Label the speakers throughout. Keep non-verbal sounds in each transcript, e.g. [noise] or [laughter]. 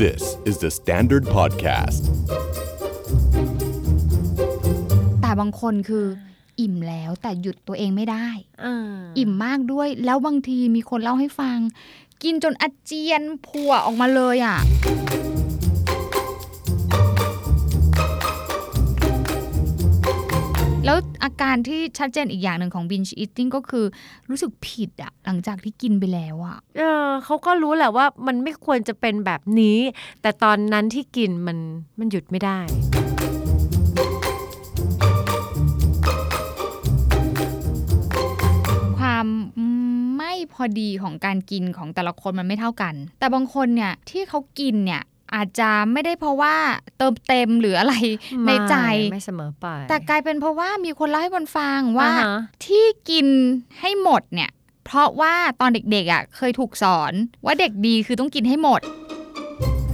Speaker 1: This is the Standard Podcast.
Speaker 2: แต่บางคนคืออิ่มแล้วแต่หยุดตัวเองไม่ได้
Speaker 3: อ่า
Speaker 2: อิ่มมากด้วย แล้วบางทีมีคนเล่าให้ฟัง กินจนอาเจียนพัวออกมาเลยอ่ะ แล้วอาการที่ชัดเจนอีกอย่างหนึ่งของ binge eating ก็คือรู้สึกผิดอะหลังจากที่กินไปแล้วอะ
Speaker 3: เออเขาก็รู้แหละว่ามันไม่ควรจะเป็นแบบนี้ แต่ตอนนั้นที่กินมันมันหยุดไม่ได้
Speaker 2: ความไม่พอดีของการกินของแต่ละคนมันไม่เท่ากัน แต่บางคนเนี่ยที่เขากินเนี่ยอาจจะไม่ได้เพราะว่าเติมเต็มหรืออะไรใน
Speaker 3: ไม่
Speaker 2: ใจ
Speaker 3: ไม่เสมอไป
Speaker 2: แต่กลายเป็นเพราะว่ามีคนเล่าให้บนฟังว่า
Speaker 3: อ่ฮะ
Speaker 2: ที่กินให้หมดเนี่ย เพราะว่าตอนเด็กๆอ่ะเคยถูกสอนว่าเด็กดีคือต้องกินให้หมด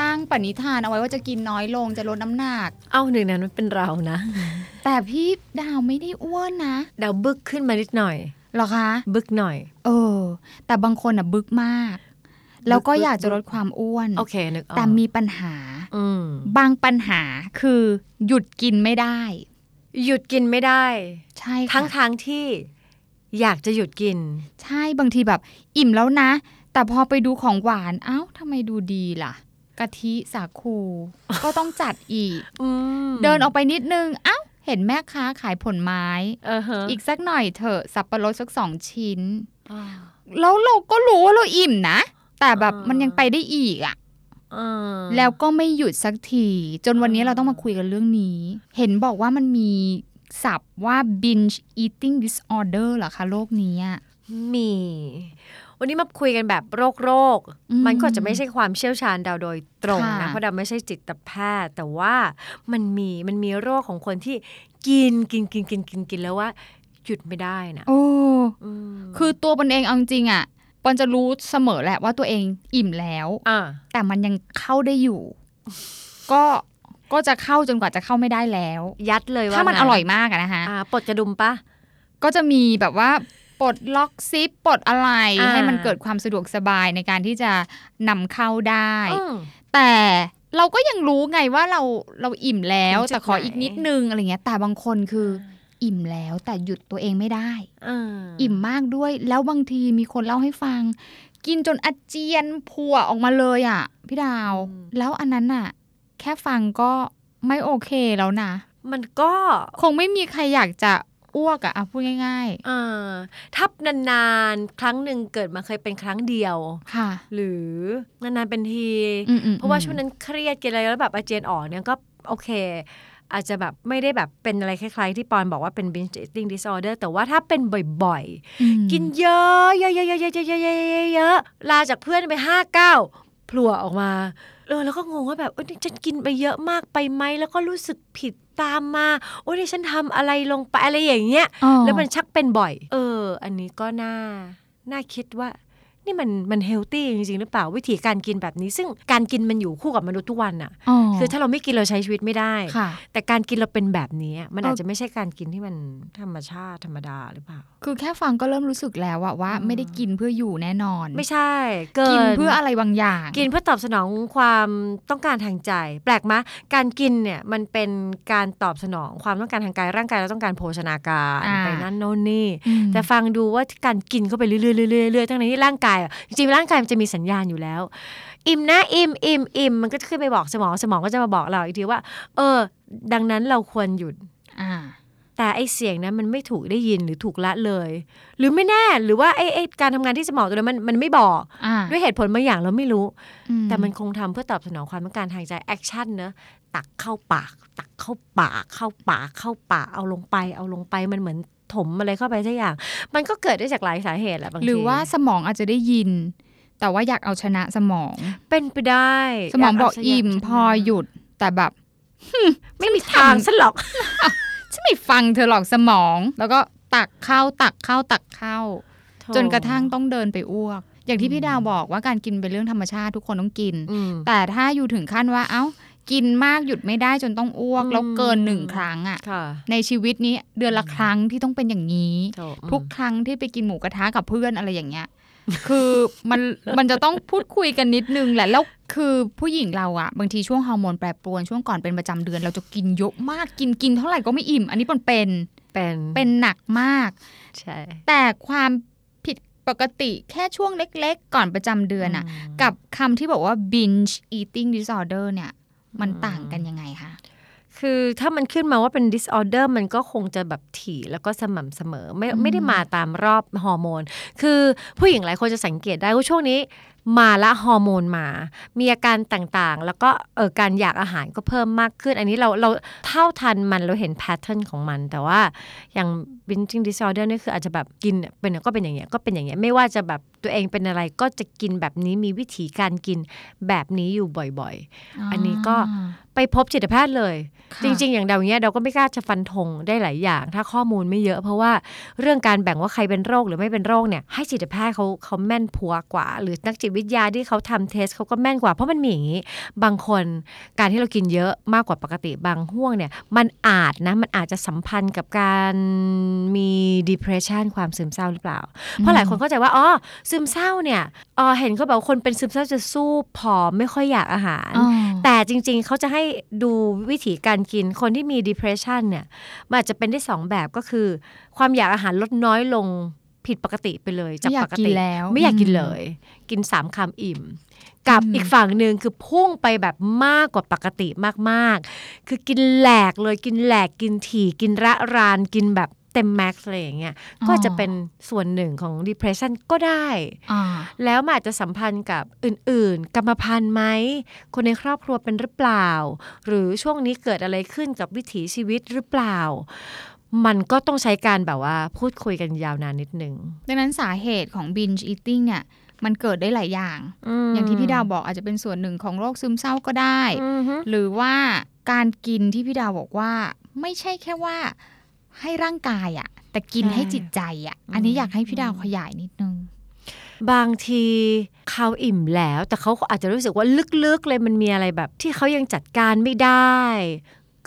Speaker 2: ตั้งปณิธานเอาไว้ว่าจะกินน้อยลงจะลดน้ำหนัก
Speaker 3: เอาหนึ่งนั้นมันเป็นเรานะ
Speaker 2: แต่พี่ดาวไม่ได้อ้วนนะ
Speaker 3: ดาวบึกขึ้นมานิดหน่อย
Speaker 2: เหรอคะ
Speaker 3: บึกหน่อย
Speaker 2: เออ แต่บางคนอ่ะบึกมาก แล้วก็
Speaker 3: บึก
Speaker 2: อยากจะ
Speaker 3: บึก
Speaker 2: ลดความอ้วน
Speaker 3: โอเคนึกออก
Speaker 2: แต่มีปัญหา
Speaker 3: อืม
Speaker 2: บางปัญหาคือหยุดกินไม่ได้
Speaker 3: หยุดกินไม่ได้
Speaker 2: ใช่ค่ะ
Speaker 3: ทั้งทางๆที่อยากจะหยุดกิน
Speaker 2: ใช่บางทีแบบ อิ่มแล้วนะ แต่พอไปดูของหวานเอ้าทำไมดูดีล่ะ กะทิสาคู ก็ต้องจัดอีก
Speaker 3: อืม
Speaker 2: เดินออกไปนิดนึง เอ้า เห็นแม่ค้าขายผลไม้
Speaker 3: เออฮะ
Speaker 2: อีกสักหน่อยเถอะสับปะรดสักสองชิ้น
Speaker 3: อ่า
Speaker 2: แล้วเราก็รู้ว่าเราอิ่มนะ แต่แบบ
Speaker 3: อ่ามั
Speaker 2: มันยังไปได้อีกอะ
Speaker 3: อ่า
Speaker 2: แล้วก็ไม่หยุดสักที จนวันนี้
Speaker 3: อ่า
Speaker 2: เราต้องมาคุยกันเรื่องนี้ เห็นบอกว่ามันมีศัพท์ว่า binge eating disorder เหรอคะโรคนี้อะ
Speaker 3: มี วันนี้มาคุยกันแบบโรคโรคๆ
Speaker 2: อืม
Speaker 3: มันก็อาจจะไม่ใช่ความเชี่ยวชาญดาวโดยตรงนะ
Speaker 2: ค่ะ
Speaker 3: เพราะดาวไม่ใช่จิตแพทย์ แต่ว่ามันมีมันมีโรคของคนที่กินกินกินกินกินกินแล้วว่า หยุดไม่ได้นะ
Speaker 2: โอ้
Speaker 3: อืม
Speaker 2: คือตัวปอนเองเอาจริงๆอะปอนจะรู้เสมอแหละว่าตัวเองอิ่มแล้ว
Speaker 3: อ่า
Speaker 2: แต่มันยังเข้าได้อยู่ ก็ก็จะเข้าจนกว่าจะเข้าไม่ได้แล้ว
Speaker 3: ยัดเลยว่า
Speaker 2: ถ้ามัน
Speaker 3: งั้
Speaker 2: อร่อยมากอะนะคะ
Speaker 3: อ่าปลดกระดุมปะ
Speaker 2: ก็จะมีแบบว่าปลดล็อกซิปปลดอะไร
Speaker 3: อ่า
Speaker 2: ให้มันเกิดความสะดวกสบายในการที่จะนำเข้าได้
Speaker 3: อืม
Speaker 2: แต่เราก็ยังรู้ไงว่าเราเราอิ่มแล้ว
Speaker 3: ถึงจุด
Speaker 2: แต่ขออีก
Speaker 3: ไหน
Speaker 2: นิดนึงอะไรเงี้ย แต่บางคนคืออิ่มแล้วแต่หยุดตัวเองไม่ได้
Speaker 3: อ่า
Speaker 2: อิ่มมากด้วย แล้วบางทีมีคนเล่าให้ฟัง กินจนอาเจียนพัวออกมาเลยอ่ะพี่ดาว แล้วอันนั้นอ่ะ แค่ฟังก็ไม่โอเคแล้วนะ
Speaker 3: มันก็
Speaker 2: คงไม่มีใครอยากจะอ้วกอะอ่ะพูดง่าย
Speaker 3: อ่าถ้านานๆครั้งหนึ่งเกิดมาเคยเป็นครั้งเดียว
Speaker 2: ๆ ค่ะ
Speaker 3: หรือนานๆเป็นที
Speaker 2: อืมๆๆ
Speaker 3: เพราะว่าช่วงนั้นเครียดกินอะไรแล้วแบบอาเจียนออกเนี่ยก็โอเค อาจจะแบบไม่ได้แบบเป็นอะไรคล้ายๆ ที่ปอนบอกว่าเป็น binge eating disorder แต่ว่าถ้าเป็นบ่อย
Speaker 2: อืม
Speaker 3: ๆ กินเยอะเยอะเยอะเยอะเยอะเยอะเยอะเยอะเยอะลาจากเพื่อนไปห้าเก้าพลัวออกมาเออแล้วก็งงว่าแบบโอ๊ยนี่ฉันกินไปเยอะมากไปไหมแล้วก็รู้สึกผิดตามมาโอ๊ยนี่ฉันทำอะไรลงไปอะไรอย่างเงี้ย
Speaker 2: อ๋อ
Speaker 3: แล้วมันชักเป็นบ่อย เออ อันนี้ก็น่า น่าคิดว่า นี่มัน มันเฮลตี้จริงๆ หรือเปล่า วิธีการกินแบบนี้ ซึ่งการกินมันอยู่คู่กับมนุษย์ทุกวันอะ
Speaker 2: อ๋อ
Speaker 3: คือถ้าเราไม่กินเราใช้ชีวิตไม่ได้
Speaker 2: ค่ะ
Speaker 3: แต่การกินเราเป็นแบบนี้อะมัน
Speaker 2: เอออ
Speaker 3: อาจจะไม่ใช่การกินที่มันธรรมชาติธรรมดาหรือเปล่า
Speaker 2: คือแค่ฟังก็เริ่มรู้สึกแล้วอะว่า ไม่ได้กินเพื่ออยู่แน่นอน
Speaker 3: ไม่ใช่ เกิน
Speaker 2: กินเพื่ออะไรบางอย่าง
Speaker 3: กินเพื่อตอบสนองความต้องการทางใจ แปลกมะ การกินเนี่ยมันเป็นการตอบสนองความต้องการทางกายร่างกายเราต้องการโภชนาการ
Speaker 2: อ่า
Speaker 3: ไปนั่นโน่นนี่
Speaker 2: อืม
Speaker 3: แต่ฟังดูว่าการกินเข้าไปเรื่อยๆเรื่อยๆเรื่อยๆทั้งนี้ร่างกายอะจริงๆร่างกายมันจะมีสัญญาณอยู่แล้ว อิ่มนะอิ่มอิ่มอิ่มมันก็จะขึ้นไปบอกสมองสมองก็จะมาบอกเราอีกทีว่า เออ ดังนั้นเราควรหยุด
Speaker 2: อ่า
Speaker 3: แต่ไอเสียงนั้นมันไม่ถูกได้ยินหรือถูกละเลย หรือไม่แน่หรือว่าไอไอการทำงานที่สมองตัวนั้นมันมันไม่บอก
Speaker 2: อ่า
Speaker 3: ด้วยเหตุผลบางอย่างเราไม่รู้
Speaker 2: อื
Speaker 3: แต่มันคงทำเพื่อตอบสนองความต้องการทางใจแอคชั่นเนอะตักเข้าปาก ตักเข้าปาก เข้าปากเข้าปากเอาลงไป เอาลงไปมันเหมือนถมอะไรเข้าไปสักอย่าง มันก็เกิดได้จากหลายสาเหตุแหละบางที
Speaker 2: หรือว่าสมองอาจจะได้ยิน แต่ว่าอยากเอาชนะสมอง
Speaker 3: เป็นไปได้
Speaker 2: สมอง
Speaker 3: ยา
Speaker 2: บอก
Speaker 3: เาชนะ
Speaker 2: อิ่ม
Speaker 3: ชนะ
Speaker 2: พอหยุดแต่แบบ ไม่มี
Speaker 3: ทา
Speaker 2: ทาง ง
Speaker 3: ฉันหรอก
Speaker 2: ฉันไม่ฟังเธอหรอกสมอง แล้วก็ตักเข้าตักเข้าตักเข้า จนกระทั่งต้องเดินไปอ้วก อย่างที่พี่ดาวบอกว่าการกินเป็นเรื่องธรรมชาติทุกคนต้องกิน
Speaker 3: อืม
Speaker 2: แต่ถ้าอยู่ถึงขั้นว่าเอ้า กินมากหยุดไม่ได้จนต้องอ้วก
Speaker 3: อืม
Speaker 2: แล้วเกินหนึ่งครั้งอะ
Speaker 3: ค่ะ
Speaker 2: ในชีวิตนี้เดือนละครั้งที่ต้องเป็นอย่างนี้
Speaker 3: โถ่อืม
Speaker 2: ทุกครั้งที่ไปกินหมูกระทะกับเพื่อนอะไรอย่างเงี้ย คือมัน [laughs] มันจะต้องพูดคุยกันนิดนึงแหละแล้วคือผู้หญิงเราอะบางทีช่วงฮอร์โมนแปรปรวนช่วงก่อนเป็นประจำเดือน เราจะกินเยอะมากกินกินเท่าไหร่ก็ไม่อิ่ม อันนี้มันเป็น
Speaker 3: เป็น
Speaker 2: เป็นหนักมาก
Speaker 3: ใช่
Speaker 2: แต่ความผิดปกติแค่ช่วงเล็กๆ ก่อนประจำเดือนอะ
Speaker 3: ม
Speaker 2: กับคำที่บอกว่า binge eating disorder เนี่ยมัน
Speaker 3: อืม
Speaker 2: ต่างกันยังไงคะ
Speaker 3: คือถ้ามันขึ้นมาว่าเป็น disorder มันก็คงจะแบบถี่แล้วก็สม่ำเสมอ ไม่
Speaker 2: อืม
Speaker 3: ไม่ได้มาตามรอบฮอร์โมน คือผู้หญิงหลายคนจะสังเกตได้ว่าช่วงนี้มาละฮอร์โมนมา มีอาการต่างๆ แล้วก็เออการอยากอาหารก็เพิ่มมากขึ้น อันนี้เราเราเท่าทันมันเราเห็นแพทเทิร์นของมัน แต่ว่าอย่าง binging disorder นี่คืออาจจะแบบกินเป็นก็เป็นอย่างเงี้ยก็เป็นอย่างเงี้ยไม่ว่าจะแบบตัวเองเป็นอะไรก็จะกินแบบนี้มีวิธีการกินแบบนี้อยู่บ่อย อันนี้ก็ ๆ ไปพบจิตแพทย์เลย จริง ๆ อย่างเดาเนี้ยเราก็ไม่กล้าจะฟันธงได้หลายอย่าง ถ้าข้อมูลไม่เยอะเพราะว่าเรื่องการแบ่งว่าใครเป็นโรคหรือไม่เป็นโรคเนี่ยให้จิตแพทย์เขาเขาแม่นพัวกว่า หรือนักจิตวิทยาที่เขาทำเทสเขาก็แม่นกว่า เพราะมันมีอย่างนี้ บางคนการที่เรากินเยอะมากกว่าปกติบางห่วงเนี่ยมันอาจนะมันอาจจะสัมพันธ์กับการมี depression ความซึมเศร้าหรือเปล่า เพราะหลายคนเข้าใจว่าอ๋อซึมเศร้าเนี่ยอ๋อเห็นเขาบอกว่าคนเป็นซึมเศร้าจะสู้ผอมไม่ค่อยอยากอาหาร
Speaker 2: อ๋อ
Speaker 3: แต่จริงๆ เขาจะให้ดูวิธีการกินคนที่มี depression เนี่ย มันอาจจะเป็นได้สองแบบก็คือ ความอยากอาหารลดน้อยลงผิดปกติไปเลย จาก
Speaker 2: ไม่อยา
Speaker 3: ป
Speaker 2: ก
Speaker 3: ก
Speaker 2: กิน
Speaker 3: ติ
Speaker 2: แล้ว
Speaker 3: ไม่อยากกินเลย กินสามคำอิ่ม กับ
Speaker 2: อืม
Speaker 3: อีกฝั่งหนึ่งคือพุ่งไปแบบมากกว่าปกติมากๆ คือกินแหลกเลยกินแหลกกินถี่ กินระรานกินแบบเต็มแม็กซ์อะไรอย่างเงี้ยก็จะเป็นส่วนหนึ่งของ depression ก็ได้
Speaker 2: อ่า
Speaker 3: แล้วมันอาจจะสัมพันธ์กับอื่นๆ กรรมพันธุ์ไหม คนในครอบครัวเป็นหรือเปล่า หรือช่วงนี้เกิดอะไรขึ้นกับวิถีชีวิตหรือเปล่า มันก็ต้องใช้การแบบว่าพูดคุยกันยาวนานนิดนึง
Speaker 2: ดังนั้นสาเหตุของ binge eating เนี่ยมันเกิดได้หลายอย่าง อย่างที่พี่ดาวบอกอาจจะเป็นส่วนหนึ่งของโรคซึมเศร้าก็ได้
Speaker 3: อือฮึ
Speaker 2: หรือว่าการกินที่พี่ดาวบอกว่า ไม่ใช่แค่ว่าให้ร่างกายอะแต่กินให้จิตใจอะอันนี้อยากให้พี่ดาวขยายนิดนึง
Speaker 3: บางทีเขาอิ่มแล้ว แต่เขาอาจจะรู้สึกว่าลึกๆเลยมันมีอะไรแบบ ที่เขายังจัดการไม่ได้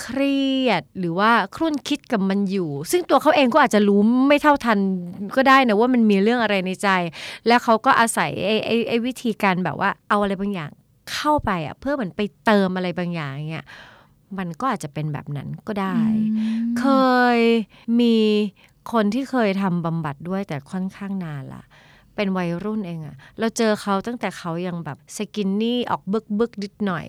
Speaker 3: เครียดหรือว่าครุ่นคิดกับมันอยู่ ซึ่งตัวเขาเองก็อาจจะรู้ไม่เท่าทันก็ได้นะว่ามันมีเรื่องอะไรในใจ แล้วเขาก็อาศัยไอ้ไอ้ไอ้วิธีการแบบว่าเอาอะไรบางอย่างเข้าไปอ่ะเพื่อเหมือนไปเติมอะไรบางอย่างเงี้ยมันก็อาจจะเป็นแบบนั้นก็ได้ เคยมีคนที่เคยทำบำบัดด้วยแต่ค่อนข้างนานละเป็นวัยรุ่นเองอะเราเจอเขาตั้งแต่เขายังแบบสกินนี่ออกบึกบึกๆนิดหน่อย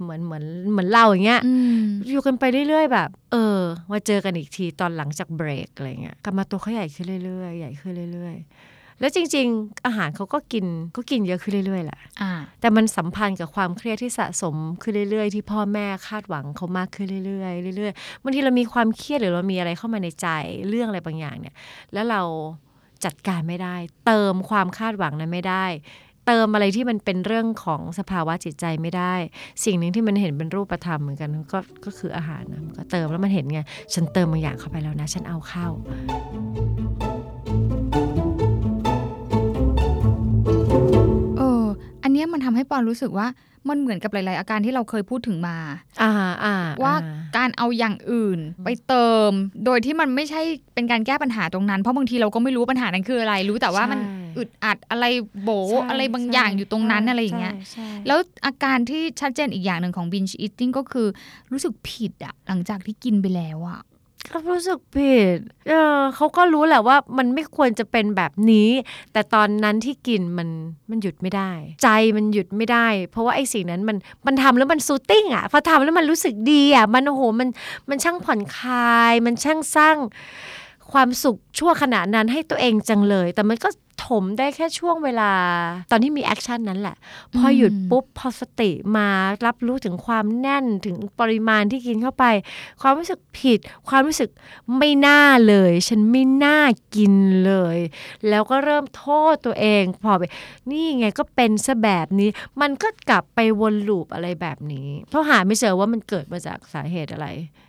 Speaker 3: เหมือนเหมือนเหมือนเราอย่างเงี้ย
Speaker 2: อืม
Speaker 3: อยู่กันไปเรื่อยๆแบบ เออมาเจอกันอีกทีตอนหลังจากเบรกอะไรเงี้ยกลับมาตัวเขาใหญ่ขึ้นเรื่อยๆใหญ่ขึ้นเรื่อยๆ แล้วจริง ๆ อาหารเขาก็กินก็กินเยอะขึ้นเรื่อยๆแหละ
Speaker 2: อ่า
Speaker 3: แต่มันสัมพันธ์กับความเครียดที่สะสมขึ้นเรื่อยๆ ที่พ่อแม่คาดหวังเขามากขึ้นเรื่อยๆเรื่อยๆบางทีเรามีความเครียดหรือเรามีอะไรเข้ามาในใจเรื่องอะไรบางอย่างเนี่ย แล้วเราจัดการไม่ได้ เติมความคาดหวังนั้นไม่ได้ เติมอะไรที่มันเป็นเรื่องของสภาวะจิตใจไม่ได้ สิ่งหนึ่งที่มันเห็นเป็นรูปธรรมเหมือนกันก็ก็คืออาหารนะมันก็เติมแล้วมันเห็นไง ฉันเติมบางอย่างเข้าไปแล้วนะ ฉันเอาเข้า
Speaker 2: เออ อันเนี้ยมันทำให้ปอนรู้สึกว่ามันเหมือนกับหลาย ๆ อาการที่เราเคยพูดถึงมา
Speaker 3: อ่าอ่า
Speaker 2: ว่า
Speaker 3: อ่า
Speaker 2: การเอาอย่างอื่นไปเติม โดยที่มันไม่ใช่เป็นการแก้ปัญหาตรงนั้น เพราะบางทีเราก็ไม่รู้ว่าปัญหานั้นคืออะไร รู้แต่ว่ามัน
Speaker 3: ใช่
Speaker 2: อึดอัดอะไรโบ
Speaker 3: ใช่
Speaker 2: อะไรบางอย่าง
Speaker 3: ใช่
Speaker 2: อยู่ตรงนั้นอะไรอย่างเงี้ย
Speaker 3: ใช่ใช่
Speaker 2: แล้วอาการที่ชัดเจนอีกอย่างหนึ่งของ binge eating ก็คือรู้สึกผิดอะหลังจากที่กินไปแล้วอะ
Speaker 3: ก็รู้สึกผิดเออเขาก็รู้แหละว่ามันไม่ควรจะเป็นแบบนี้ แต่ตอนนั้นที่กินมันมันหยุดไม่ได้ ใจมันหยุดไม่ได้ เพราะว่าไอ้สิ่งนั้นมันมันทำแล้วมันซูตติ้งอ่ะพอทำแล้วมันรู้สึกดีอ่ะมันโอ้โหมันมันช่างผ่อนคลาย มันช่างสร้าง ความสุขชั่วขณะนั้นให้ตัวเองจังเลย แต่มันก็ ถมได้แค่ช่วงเวลา ตอนที่มีแอคชั่นนั้นแหละ พอหยุดปุ๊บ พอสติมารับรู้ถึงความแน่นถึงปริมาณที่กินเข้าไป ความรู้สึกผิด ความรู้สึกไม่น่าเลย ฉันไม่น่ากินเลย แล้วก็เริ่มโทษตัวเอง พอไป นี่ไงก็เป็นซะแบบนี้ มันก็กลับไปวนลูปอะไรแบบนี้ เพราะหาไม่เจอว่ามันเกิดมาจากสาเหตุอะไร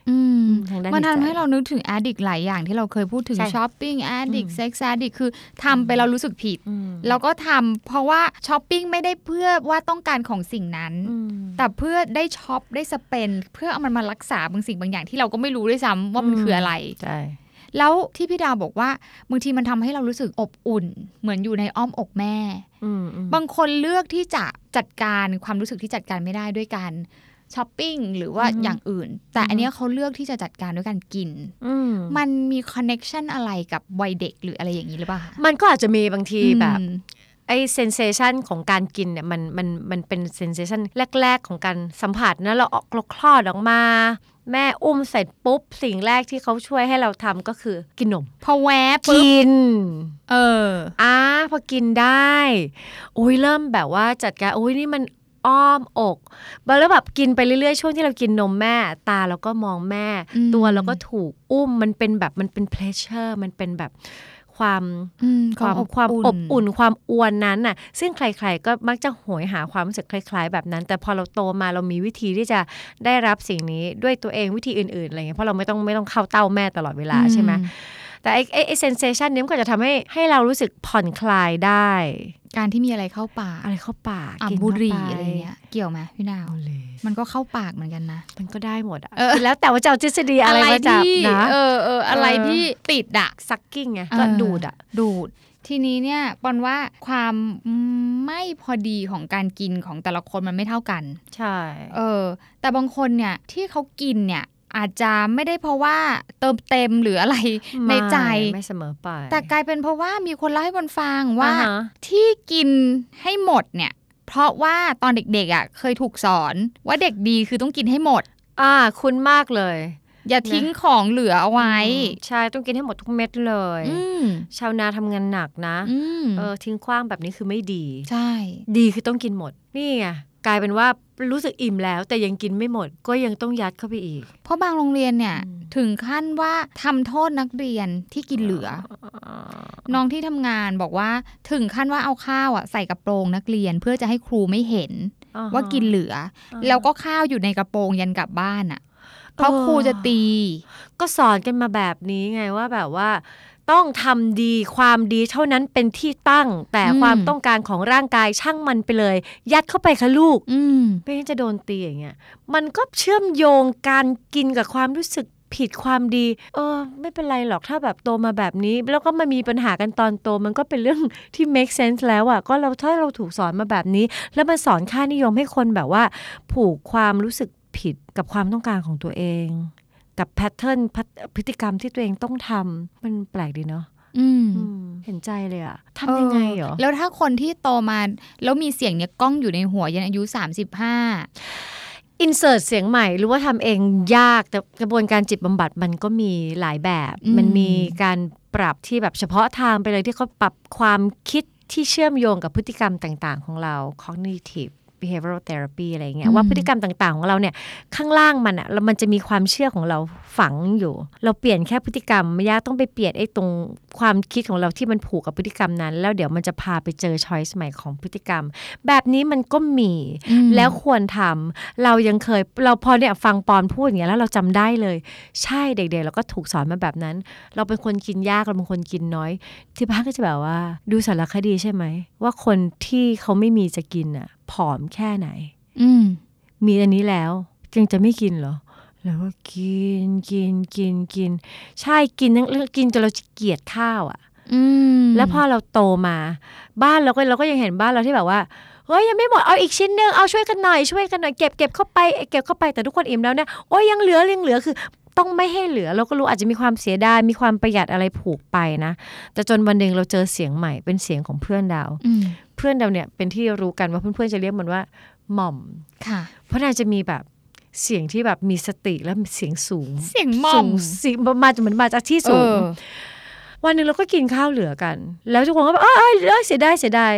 Speaker 2: อืม
Speaker 3: ทางด้าน
Speaker 2: มัน
Speaker 3: จิต
Speaker 2: ทำ
Speaker 3: ใจ
Speaker 2: ให้เรานึกถึงแอดดิกหลายอย่างที่เราเคยพูดถึง
Speaker 3: ใช่
Speaker 2: ช้อปปิ้งแอดดิก
Speaker 3: อืม
Speaker 2: เซ็กซ์แอดดิกคือทำไปเรารู้สึกผิด
Speaker 3: อืม
Speaker 2: แล้วก็ทำเพราะว่าช้อปปิ้งไม่ได้เพื่อว่าต้องการของสิ่งนั้น
Speaker 3: อืม
Speaker 2: แต่เพื่อได้ช็อปได้สเปน เพื่อเอามันมารักษาบางสิ่งบางอย่างที่เราก็ไม่รู้ด้วยซ้ำว่ามัน
Speaker 3: อืม
Speaker 2: คืออะไร
Speaker 3: ใช่
Speaker 2: แล้วที่พี่ดาวบอกว่าบางทีมันทำให้เรารู้สึกอบอุ่น เหมือนอยู่ในอ้อมอกแม่
Speaker 3: อืมอืม
Speaker 2: บางคนเลือกที่จะจัดการความรู้สึกที่จัดการไม่ได้ด้วยการช้อปปิ้งหรือว่า
Speaker 3: อือฮึ
Speaker 2: อย่างอื่น แต่
Speaker 3: อือฮึ
Speaker 2: อันเนี้ยเขาเลือกที่จะจัดการด้วยการกิน
Speaker 3: อืม
Speaker 2: มันมีคอนเน็ชันอะไรกับวัยเด็กหรืออะไรอย่างนี้หรือเปล่าคะ
Speaker 3: มันก็อาจจะมีบางทีแบบ
Speaker 2: อืม
Speaker 3: ไอ้เซนเซชันของการกินเนี่ยมันมันมันเป็นเซนเซชันแรก ๆ ของการสัมผัสนะเราออกเราคลอดออกมา แม่อุ้มเสร็จปุ๊บ สิ่งแรกที่เขาช่วยให้เราทำก็คือกินนม
Speaker 2: พอแวบปุ๊บ
Speaker 3: กิน
Speaker 2: เออ
Speaker 3: อ่าพอกินได้อุ้ยเริ่มแบบว่าจัดการอุ้ยนี่มันอ้อมอกแล้วแบบกินไปเรื่อยๆ ช่วงที่เรากินนมแม่ ตาเราก็มองแม่
Speaker 2: อืม
Speaker 3: ตัวเราก็ถูกอุ้มมันเป็นแบบมันเป็นเพลชเชอร์มันเป็นแบบความ
Speaker 2: อืม
Speaker 3: ความ
Speaker 2: อบ
Speaker 3: ความอบ
Speaker 2: อุ่
Speaker 3: อุ่
Speaker 2: น
Speaker 3: นความอวนนั้นน่ะ ซึ่งใครๆก็มักจะโหยหาความรู้สึกคล้าย ๆ แบบนั้น แต่พอเราโตมาเรามีวิธีที่จะได้รับสิ่งนี้ด้วยตัวเองวิธีอื่นๆอะไรเงี้ยเพราะเราไม่ต้องไม่ต้องเข้าเต้าแม่ตลอดเวลาใช่ไหมแต่ไอ้ไอ้ไอ้เซนเซชันนี้มันก็จะทำให้ให้เรารู้สึกผ่อนคลายได้
Speaker 2: การที่มีอะไรเข้าปาก
Speaker 3: อะไรเข้าปาก
Speaker 2: อ่ะ
Speaker 3: กินเข้า
Speaker 2: บุหรี่
Speaker 3: ป
Speaker 2: อะไรเงี้ย เกี่ยวไหมพี่ดาว
Speaker 3: เอาเลย
Speaker 2: มันก็เข้าปากเหมือนกันนะ
Speaker 3: มันก็ได้หมดอะ
Speaker 2: เออ
Speaker 3: แล้วแต่ว่าจะเอาทฤษฎีอะไรมาจับ
Speaker 2: ที่
Speaker 3: นะ
Speaker 2: เออเอออะไรที่ติดอะ
Speaker 3: ซักกิ้งไงก็
Speaker 2: เออ
Speaker 3: ดูดอะ
Speaker 2: ดูด ทีนี้เนี่ยปอนว่าความไม่พอดีของการกินของแต่ละคนมันไม่เท่ากัน
Speaker 3: ใช่
Speaker 2: เออ แต่บางคนเนี่ยที่เขากินเนี่ยอาจจะไม่ได้เพราะว่าเติมเต็มหรืออะไรในใจ
Speaker 3: ไม่ไม่เสมอไป
Speaker 2: แต่กลายเป็นเพราะว่ามีคนเล่าให้บนฟังว่า
Speaker 3: อ่ฮะ
Speaker 2: ที่กินให้หมดเนี่ย เพราะว่าตอนเด็กๆอ่ะเคยถูกสอนว่าเด็กดีคือต้องกินให้หมด
Speaker 3: อ่าคุ้นมากเลย
Speaker 2: อย่าทิ้งของเหลือเอาไว้
Speaker 3: อืมใช่ต้องกินให้หมดทุกเม็ดเลย
Speaker 2: อืม
Speaker 3: ชาวนาทำงานหนักนะ
Speaker 2: อืม
Speaker 3: เออทิ้งขว้างแบบนี้คือไม่ดี
Speaker 2: ใช่
Speaker 3: ดีคือต้องกินหมด นี่ไงกลายเป็นว่ารู้สึกอิ่มแล้ว แต่ยังกินไม่หมดก็ยังต้องยัดเข้าไปอีก
Speaker 2: เพราะบางโรงเรียนเนี่ย
Speaker 3: อืม
Speaker 2: ถึงขั้นว่าทำโทษนักเรียนที่กินเหลือ น้องที่ทำงานบอกว่าถึงขั้นว่าเอาข้าวอ่ะใส่กระโปรงนักเรียนเพื่อจะให้ครูไม่เห็น
Speaker 3: อ่ฮะ
Speaker 2: ว่ากินเหลือ
Speaker 3: า
Speaker 2: แล้วก็ข้าวอยู่ในกระโปรงยันกลับบ้านอ่ะเพราะครูจะตี
Speaker 3: ก็สอนกันมาแบบนี้ไงว่าแบบว่า ต้องทำดีความดีเท่านั้นเป็นที่ตั้ง แต่
Speaker 2: อืม
Speaker 3: ความต้องการของร่างกายช่างมันไปเลย ยัดเข้าไปค่ะลูก
Speaker 2: อืม
Speaker 3: ไม่งั้นจะโดนตีอย่างเงี้ย มันก็เชื่อมโยงการกินกับความรู้สึกผิดความดี เออ ไม่เป็นไรหรอกถ้าแบบโตมาแบบนี้ แล้วก็มามีปัญหากันตอนโตมันก็เป็นเรื่องที่ make sense แล้วอะก็เราถ้าเราถูกสอนมาแบบนี้ แล้วมันสอนค่านิยมให้คนแบบว่า ผูกความรู้สึกผิดกับความต้องการของตัวเอง กับแพทเทิร์นพฤติกรรมที่ตัวเองต้องทำมันแปลกดีเนาะ
Speaker 2: อืม
Speaker 3: อืมเห็นใจเลยอะทำยังไงเหรอ
Speaker 2: แล้วถ้าคนที่โตมา แล้วมีเสียงเนี้ยกล้องอยู่ในหัวยันอายุ 35
Speaker 3: อินเสิร์ตเสียงใหม่หรือว่าทำเองยากแต่กระบวนการจิตบำบัดมันก็มีหลายแบบ
Speaker 2: อืม
Speaker 3: มันมีการปรับที่แบบเฉพาะทางไปเลยที่เขาปรับความคิดที่เชื่อมโยงกับพฤติกรรมต่าง ๆ ของเรา cognitive behavioral therapy อะไรอย่างเงี้ยว่าพฤติกรรมต่าง ๆ ของเราเนี่ย ข้างล่างมันอะแล้วมันจะมีความเชื่อของเราฝังอยู่ เราเปลี่ยนแค่พฤติกรรม ไม่ยากต้องไปเปลี่ยนไอ้ตรงความคิดของเราที่มันผูกกับพฤติกรรมนั้น แล้วเดี๋ยวมันจะพาไปเจอช้อยส์ใหม่ของพฤติกรรม แบบนี้มันก็มี
Speaker 2: อืม
Speaker 3: แล้วควรทำเรายังเคยเราพอเนี่ยฟังปอนพูดอย่างเงี้ยแล้วเราจำได้เลย ใช่เด็กๆเราก็ถูกสอนมาแบบนั้น เราเป็นคนกินยากเราเป็นคนกินน้อย ที่บ้านก็จะแบบว่า ดูสารคดีใช่ไหม ว่าคนที่เขาไม่มีจะกินอ่ะผอมแค่ไหน
Speaker 2: อืม
Speaker 3: มีอันนี้แล้วยังจะไม่กินเหรอ แล้วก็กินกินกินกิน ใช่กินทั้งกินจนเราเกลียดข้าวอ่ะ
Speaker 2: อืม
Speaker 3: แล้วพอเราโตมา บ้านเราก็เราก็ยังเห็นบ้านเราที่แบบว่าเฮ้ยยังไม่หมดเอาอีกชิ้นหนึ่งเอาช่วยกันหน่อยช่วยกันหน่อยเก็บเก็บเข้าไปเก็บเข้าไปแต่ทุกคนอิ่มแล้วเนี่ยโอ้ยยังเหลือยังเหลือคือ ต้องไม่ให้เหลือเราก็รู้อาจจะมีความเสียดายมีความประหยัดอะไรผูกไปนะแต่จนวันหนึ่งเราเจอเสียงใหม่เป็นเสียงของเพื่อนดาว
Speaker 2: อืม
Speaker 3: เพื่อนดาวเนี่ยเป็นที่รู้กันว่าเพื่อนๆจะเรียกมันว่าหม่อม
Speaker 2: ค่ะ
Speaker 3: เพราะนางจะมีแบบเสียงที่แบบมีสติและเสียงสูง
Speaker 2: เสียงมอม
Speaker 3: สูงสิมันมาจากมันมาจากที่สูง วันหนึ่งเราก็กินข้าวเหลือกัน แล้วทุกคนก็แบบเอยเอยเอยเสียดายเสียดาย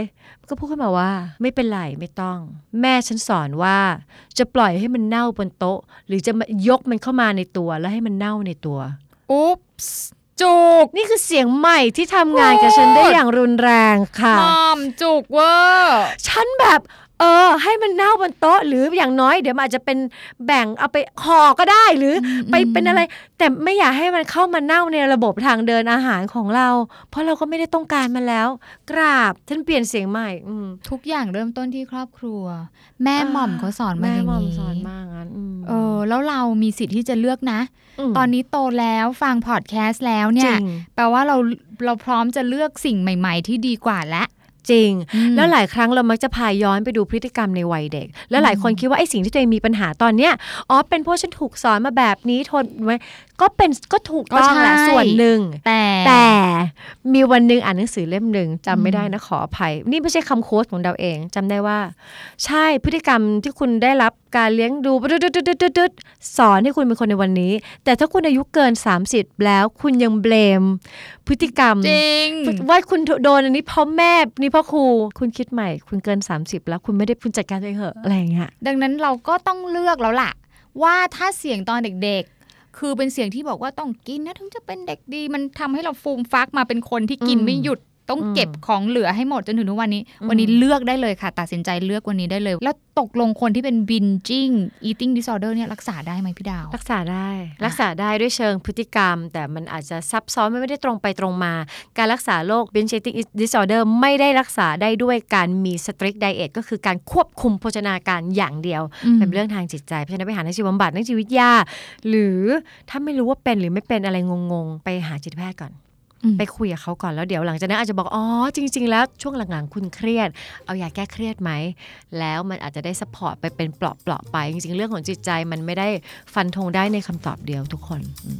Speaker 3: ก็พูดขึ้นมาว่า ไม่เป็นไรไม่ต้อง แม่ฉันสอนว่า จะปล่อยให้มันเน่าบนโต๊ะ หรือจะมายกมันเข้ามาในตัวแล้วให้มันเน่าในตัว
Speaker 2: อุ๊ปส์จุก
Speaker 3: นี่คือเสียงใหม่ที่ทำงานกับฉันได้อย่างรุนแรงค่ะ
Speaker 2: หม่อมจุกเวอร์
Speaker 3: ฉันแบบเออให้มันเน่าบนโต๊ะหรืออย่างน้อยเดี๋ยวมันอาจจะเป็นแบ่งเอาไปห่อก็ได้หรืออไปเป็นอะไร แต่ไม่อยากให้มันเข้ามาเน่าในระบบทางเดินอาหารของเรา เพราะเราก็ไม่ได้ต้องการมันแล้ว กราบฉันเปลี่ยนเสียงใหม่อืม
Speaker 2: ทุกอย่างเริ่มต้นที่ครอบครัว แม่หม่อมเขาสอนมา
Speaker 3: แม่
Speaker 2: อย่าง
Speaker 3: หม่อม
Speaker 2: นี้
Speaker 3: สอนมางั้นม
Speaker 2: เออแล้วเรามีสิทธิ์ที่จะเลือกนะ
Speaker 3: ม
Speaker 2: ตอนนี้โตแล้วฟังพอดแคสต์แล้วเนี่
Speaker 3: จ
Speaker 2: ย
Speaker 3: ริง
Speaker 2: แปลว่าเราเราพร้อมจะเลือกสิ่งใหม่ ๆ ที่ดีกว่าแล้ว
Speaker 3: จริง
Speaker 2: อืม
Speaker 3: แล้วหลายครั้งเรามักจะพาย้อนไปดูพฤติกรรมในวัยเด็ก แล้วหลายคนคิดว่าไอ้สิ่งที่ตัวเองมีปัญหาตอนเนี้ยอ๋อเป็นเพราะฉันถูกสอนมาแบบนี้ทนไว้ก็เป็นก็ถูกต้องแหละ
Speaker 2: ก็ใช่
Speaker 3: ส่วนหนึ่ง
Speaker 2: แต่
Speaker 3: แต่มีวันหนึ่งอ่านหนังสือเล่มหนึ่งจำไม่
Speaker 2: อืม
Speaker 3: ได้นะขออภัย นี่ไม่ใช่คำโค้ดของเราเองจำได้ว่า ใช่พฤติกรรมที่คุณได้รับการเลี้ยงดูดุดดุดดุดดุดดุดสอนให้คุณเป็นคนในวันนี้ แต่ถ้าคุณอายุเกิน 30 แล้วคุณยังเบลม พฤติกรรม
Speaker 2: จริง
Speaker 3: ว่าคุณโดนอันนี้เพราะแม่นี่เพราะครู คุณคิดใหม่ คุณเกิน 30 แล้วคุณไม่ได้คุณจัดการตัวเองเหอะอะไรอย่างเงี้ย
Speaker 2: ดังนั้นเราก็ต้องเลือกแล้วล่ะ ว่าถ้าเสียงตอนเด็กๆ คือเป็นเสียงที่บอกว่าต้องกินนะถึงจะเป็นเด็กดีมันทำให้เราฟูมฟักมาเป็นคนที่กิน
Speaker 3: อืม
Speaker 2: ไม่หยุดต้อง
Speaker 3: อืม
Speaker 2: เก็บของเหลือให้หมดจนถึงทุกวันนี้
Speaker 3: อืม
Speaker 2: วันนี้เลือกได้เลยค่ะ ตัดสินใจเลือกวันนี้ได้เลย แล้วตกลงคนที่เป็น binging eating disorder เนี่ยรักษาได้ไหมพี่ดาว
Speaker 3: รักษาได้
Speaker 2: อ่ะ
Speaker 3: รักษาได้ด้วยเชิงพฤติกรรม แต่มันอาจจะซับซ้อนมันไม่ได้ตรงไปตรงมา การรักษาโรค binge eating disorder ไม่ได้รักษาได้ด้วยการมี strict diet ก็คือการควบคุมโภชนาการอย่างเดียว
Speaker 2: ม
Speaker 3: เป็นเรื่องทางจิตใจ เพราะฉะนั้นไปหานักจิตบำบัดนักจิตวิทยา หรือถ้าไม่รู้ว่าเป็นหรือไม่เป็นอะไรงงๆ ไปหาจิตแพทย์ก่อน
Speaker 2: อืม
Speaker 3: ไปคุยกับเขาก่อนแล้วเดี๋ยวหลังจากนั้นอาจจะบอก อ๋อ จริง ๆ แล้วช่วงหลังๆ คุณเครียด เอายาแก้เครียดไหม แล้วมันอาจจะได้สปอร์ตไปเป็นเปลาะๆไป จริง ๆ เรื่องของจิตใจมันไม่ได้ฟันธงได้ในคำตอบเดียวทุกคนอืม